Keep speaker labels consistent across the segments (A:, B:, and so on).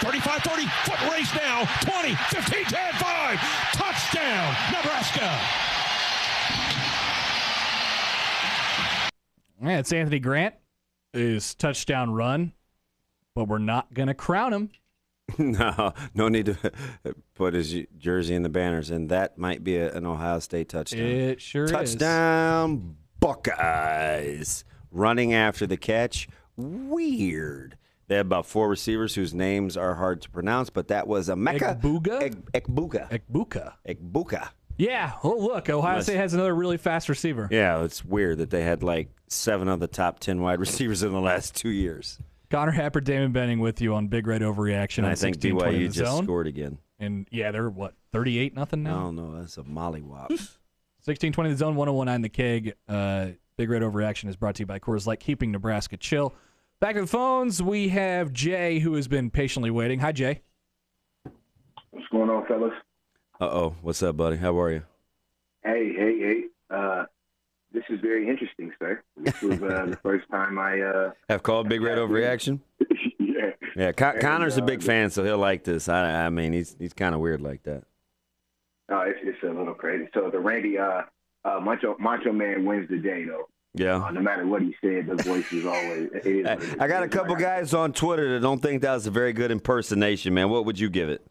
A: 25, 30 foot race now. 20, 15, 10, 5. Touchdown, Nebraska.
B: Yeah, it's Anthony Grant. His touchdown run, but we're not gonna crown him.
C: No, no need to put his jersey in the banners, and that might be a, an Ohio State touchdown.
B: It sure is.
C: touchdown, Buckeyes! Running after the catch, weird. They have about four receivers whose names are hard to pronounce, but that was a Mecca
B: Egbuka?
C: Ekbuka.
B: Ekbuka.
C: Ekbuka.
B: Yeah. Oh, look, Ohio
C: Unless-
B: State has another really fast receiver.
C: Yeah, it's weird that they had like seven of the top ten wide receivers in the last two years.
B: Connor Happer, Damon Benning with you on Big Red Overreaction.
C: And
B: on
C: I think
B: 16, 20 in
C: BYU
B: the
C: just
B: zone.
C: scored again.
B: And yeah, they're what, 38 nothing
C: I
B: now?
C: don't know. That's a mollywop.
B: 1620 the zone 1019 the keg uh, big red overreaction is brought to you by coors light keeping nebraska chill back to the phones we have jay who has been patiently waiting hi jay
D: What's going on, fellas?
C: Uh oh. What's up, buddy? How are you?
D: Hey, hey, hey. Uh, this is very interesting, sir. This was uh, the first time I. Uh,
C: Have called Big Red Overreaction?
D: yeah.
C: Yeah, Con-
D: And,
C: Connor's a big
D: uh,
C: fan, so he'll like this. I, I mean, he's he's kind of weird like that.
D: No, it's, it's a little crazy. So the Randy uh, uh, Macho Macho Man wins the day, though. Uh,
C: Yeah.
D: no matter what he said, the voice is always. It is
C: I,
D: what it
C: I got a
D: is.
C: couple
D: Like,
C: guys on Twitter that don't think that was a very good impersonation, man. What would you give it?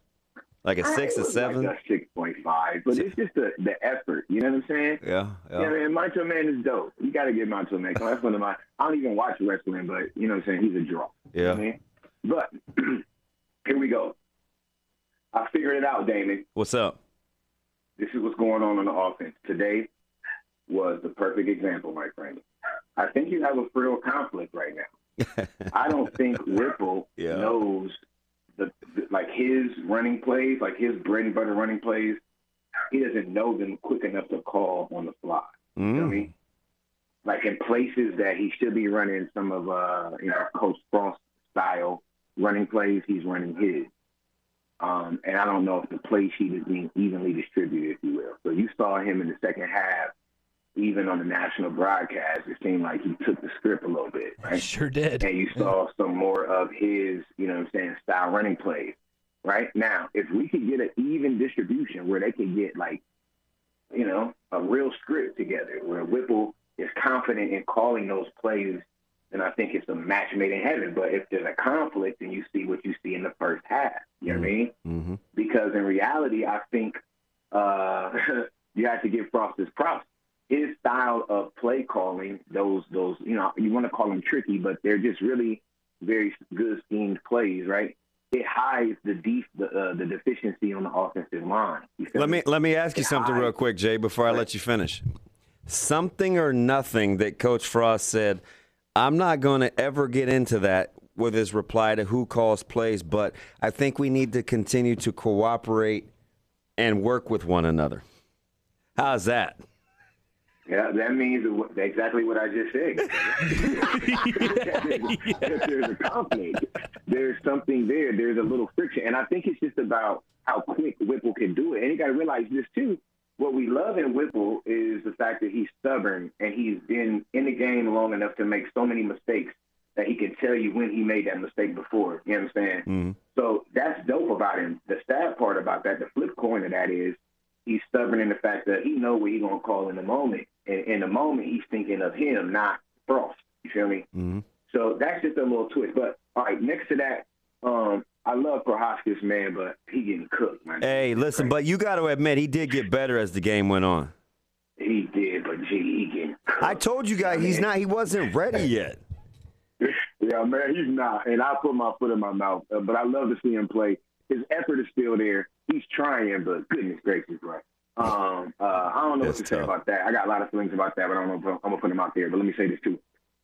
C: Like a
D: I-
C: six
D: it
C: or
D: was
C: seven?
D: Like a six point five, but it's just the the effort. You know what I'm saying?
C: Yeah.
D: Yeah,
C: Yeah.
D: man, Macho Man is dope. You got to get Macho Man. 'cause That's one of my. I don't even watch wrestling, but you know what I'm saying. He's a draw. You know what I
C: Yeah.
D: mean? But here we go. I figured it out, Damon.
C: What's up?
D: This is what's going on on the offense. Today was the perfect example, my friend. I think you have a real conflict right now. I don't think Ripple
C: Yeah.
D: knows the, the like his running plays, like his bread and butter running plays. He doesn't know them quick enough to call on the fly. You know what I
C: Mm.
D: mean? Like in places that he should be running some of uh you know Coach Frost style running plays, he's running his. Um, and I don't know if the play sheet is being evenly distributed, if you will. So you saw him in the second half, even on the national broadcast, it seemed like he took the script a little bit, right?
B: sure did
D: and you saw some more of his, you know what I'm saying, style running plays. Right now, if we could get an even distribution where they could get like, you know, a real script together where Whipple is confident in calling those plays, then I think it's a match made in heaven. But if there's a conflict, then you see what you see in the first half. You know what I mean?
C: hmm
D: because in reality, I think uh, you have to give Frost his props. His style of play calling, those those you know you want to call them tricky, but they're just really very good schemed plays, right? It hides the def- the, uh, the deficiency on the offensive line. You feel
C: Let me let me ask you something
D: I-
C: real quick, Jay, before I let you finish. Something or nothing that Coach Frost said, I'm not going to ever get into that with his reply to who calls plays, but I think we need to continue to cooperate and work with one another. How's that?
D: Yeah, that means wh- exactly what I just said. If there's a conflict, there's something there. There's a little friction, and I think it's just about how quick Whipple can do it. And you got to realize this too. What we love in Whipple is the fact that he's stubborn and he's been in the game long enough to make so many mistakes that he can tell you when he made that mistake before. You understand?
B: Mm-hmm.
C: Mhm.
D: So that's dope about him. The sad part about that, the flip coin of that is he's stubborn in the fact that he know what he's gonna call in the moment. And in the moment he's thinking of him, not Frost. You feel me?
C: Mhm.
D: So that's just a little twist. But all right, next to that, um, I love Prohaskis, man, but he getting cooked, man.
C: Hey, listen, but you got to admit he did get better as the game went on.
D: He did, but gee, he getting cooked.
C: I told you guys he's not he wasn't ready yet.
D: Yeah, man, he's not. And I put my foot in my mouth. Uh, but I love to see him play. His effort is still there. He's trying, but goodness gracious, bro. Um, uh, I don't know
C: It's
D: what to say
C: tough.
D: about that. I got a lot of feelings about that, but I don't know if I'm, I'm going to put him out there. But let me say this, too.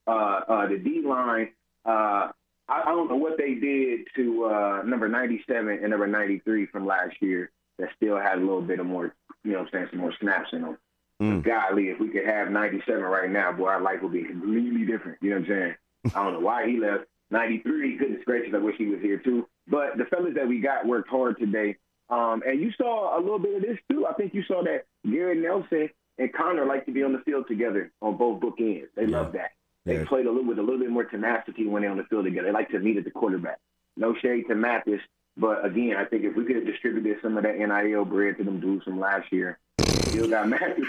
D: Uh, uh, the D line, uh, I, I don't know what they did to uh, number 97 and number 93 from last year that still had a little bit of more, you know what I'm saying, some more snaps in them.
C: Mm.
D: Golly, if we could have 97 right now, boy, our life would be completely different. You know what I'm saying? I don't know why he left. 93, goodness gracious, I wish he was here too. But the fellas that we got worked hard today. Um, and you saw a little bit of this too. I think you saw that Gary Nelson and Connor like to be on the field together on both bookends. They love that. They
C: Yeah.
D: played a little with a little bit more tenacity when they're on the field together. They like to meet at the quarterback. No shade to Mathis, But again, I think if we could have distributed some of that NIL bread to them dudes from last year, still got matches.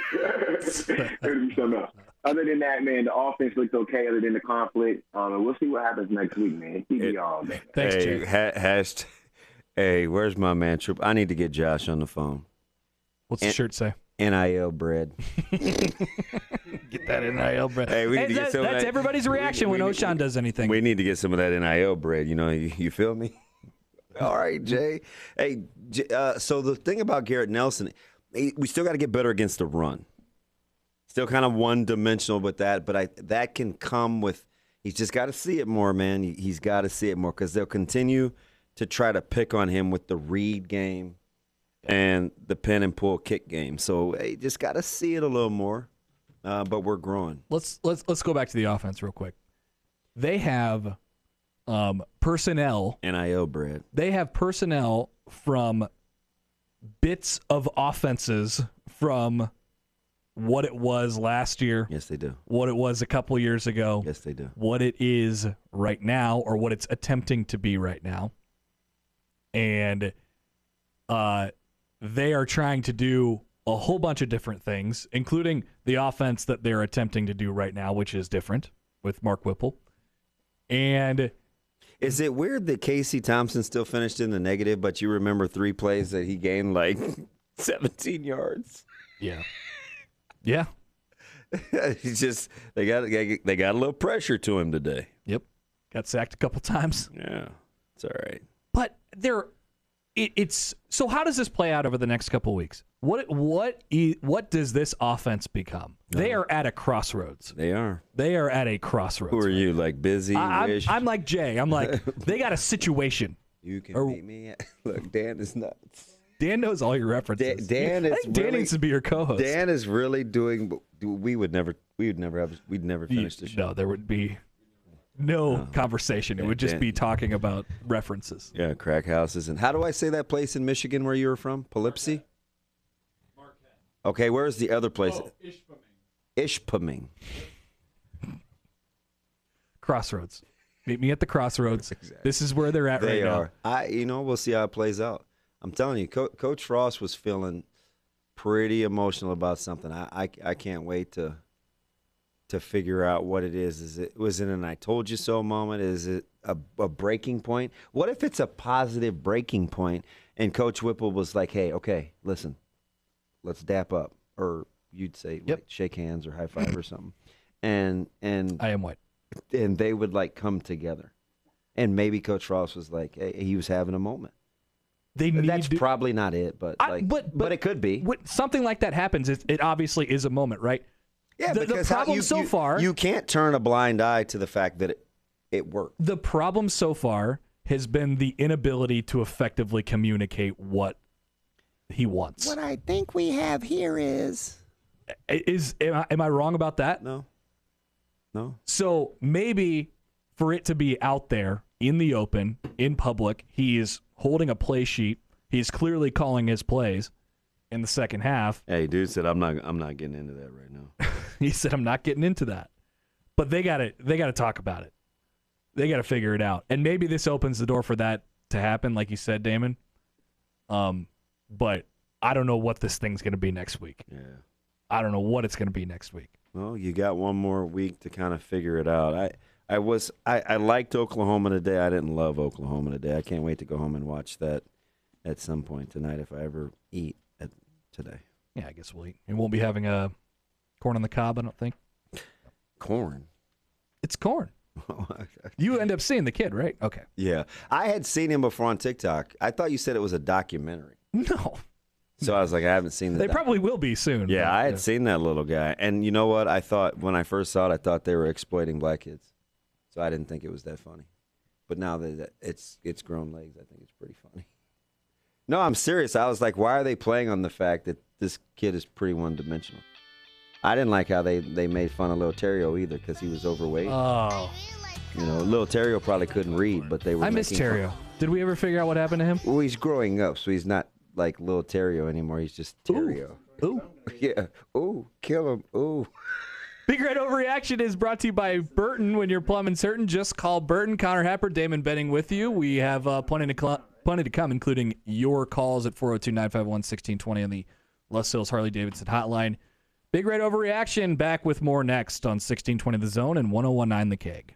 D: it would be something else. Other than that, man, the offense looks okay. Other than the conflict, um, and we'll see what happens next week, man. TBR, all man.
B: Thanks,
C: hey,
B: Jay.
C: ha- hasht- hey, where's my man Troop? I need to get Josh on the phone.
B: What's the
C: and-
B: shirt say?
C: NIL bread.
B: Get that NIL bread.
C: Hey, we need
B: And
C: to get
B: that-
C: some of
B: that's
C: that-
B: everybody's reaction when O'Shawn does anything.
C: We need to get some of that NIL bread. You know, you, you feel me? All right, Jay. Hey, J- uh, so the thing about Garrett Nelson, he, we still got to get better against the run. Still kind of one dimensional with that, but I that can come with. He's just got to see it more, man. He, he's got to see it more because they'll continue to try to pick on him with the read game and the pin and pull kick game. So hey, just got to see it a little more. Uh, but we're growing.
B: let's let's let's go back to the offense real quick. They have um, personnel.
C: NIL bread.
B: They have personnel from bits of offenses from what it was last year,
C: Yes, they do.
B: what it was a couple years ago,
C: Yes, they do.
B: what it is right now, or what it's attempting to be right now, and uh, they are trying to do a whole bunch of different things, including the offense that they're attempting to do right now, which is different with Mark Whipple. And
C: Is it weird that Casey Thompson still finished in the negative, but you remember three plays that he gained like 17 yards?
B: yeah, yeah,
C: He's just they got they got a little pressure to him today.
B: yep, got sacked a couple times,
C: Yeah, it's all right.
B: but there, it, it's so. How does this play out over the next couple weeks? What what i- what does this offense become? They are at a crossroads.
C: They are.
B: They are at a crossroads.
C: Who are you? Like busy?
B: I, I'm,
C: wish
B: I'm like Jay. I'm like they got a situation.
C: you can
B: or-
C: beat me. Look, Dan is nuts.
B: Dan knows all your references.
C: Dan
B: I
C: is
B: think Dan
C: really-
B: needs to be your co-host.
C: Dan is really doing. We would never. We would never have. We'd never
B: You-
C: finish the show. Oh.
B: no, there would be no conversation. It would just
C: Dan-
B: be talking about references.
C: Yeah, crack houses. And how do I say that place in Michigan where you were from? Poughkeepsie? Marquette. Okay, where's the other place? Ishpeming.
B: Crossroads. Meet me at the crossroads. This is where they're at
C: They
B: right now.
C: are. I, you know, we'll see how it plays out. I'm telling you, Co- Coach Frost was feeling pretty emotional about something. I, I, I can't wait to to figure out what it is. Is it was it an "I told you so" moment? Is it a, a breaking point? What if it's a positive breaking point? And Coach Whipple was like, "Hey, okay, listen, let's dap up," or you'd say, like, "Shake hands" or "high five" or something. And and
B: I am white.
C: and they would like come together. And maybe Coach Frost was like, hey, he was having a moment.
B: They need
C: That's
B: to-
C: probably not it, but
B: I-
C: like, but, it could be.
B: What, something like that happens. It, it obviously is a moment, right?
C: yeah,
B: the- the
C: how-
B: problem so
C: you,
B: far-
C: you can't turn a blind eye to the fact that it, it worked.
B: the problem so far has been the inability to effectively communicate what he wants.
C: What I think we have here is
B: I- Is am I, am I wrong about that?
C: no, no.
B: So maybe for it to be out there in the open, in public, he is holding a play sheet. He's clearly calling his plays in the second half.
C: Hey, dude said I'm not. I'm not getting into that right now.
B: He said, "I'm not getting into that," but they got to they got to talk about it. They got to figure it out, and maybe this opens the door for that to happen, like you said, Damon. Um, but I don't know what this thing's going to be next week.
C: yeah.
B: I don't know what it's going to be next week.
C: Well, you got one more week to kind of figure it out. I. I was I, I liked Oklahoma today. I didn't love Oklahoma today. I can't wait to go home and watch that at some point tonight if I ever eat at, today.
B: Yeah, I guess we'll eat. We won't be having a corn on the cob. I don't think
C: Corn.
B: it's corn. You end up seeing the kid, right? Okay.
C: yeah. I had seen him before on TikTok. I thought you said it was a documentary.
B: No,
C: So I was like, I haven't seen the
B: they
C: doc-
B: probably will be soon.
C: Yeah,
B: but,
C: I had seen that little guy. And you know what? I thought when I first saw it, I thought they were exploiting black kids. So I didn't think it was that funny. But now that that it's it's grown legs, I think it's pretty funny. No, I'm serious. I was like, why are they playing on the fact that this kid is pretty one dimensional? I didn't like how they, they made fun of Lil Terrio either because he was overweight.
B: Oh,
C: you know, Lil Terrio probably couldn't read, but they were.
B: I miss
C: making fun-
B: Terrio. Did we ever figure out what happened to him?
C: Well, he's growing up, so he's not like Lil Terrio anymore. He's just Terrio.
B: Ooh.
C: Yeah. Ooh, kill him. Ooh.
B: Big Red Overreaction is brought to you by Burton. When you're plumb uncertain, just call Burton. Connor Happer, Damon Benning with you. We have uh, plenty to cl- Plenty to come, including your calls at 402 951 1620 on the Les Hills Harley Davidson hotline. Big Red Overreaction back with more next on 1620 The Zone and 1019 The Keg.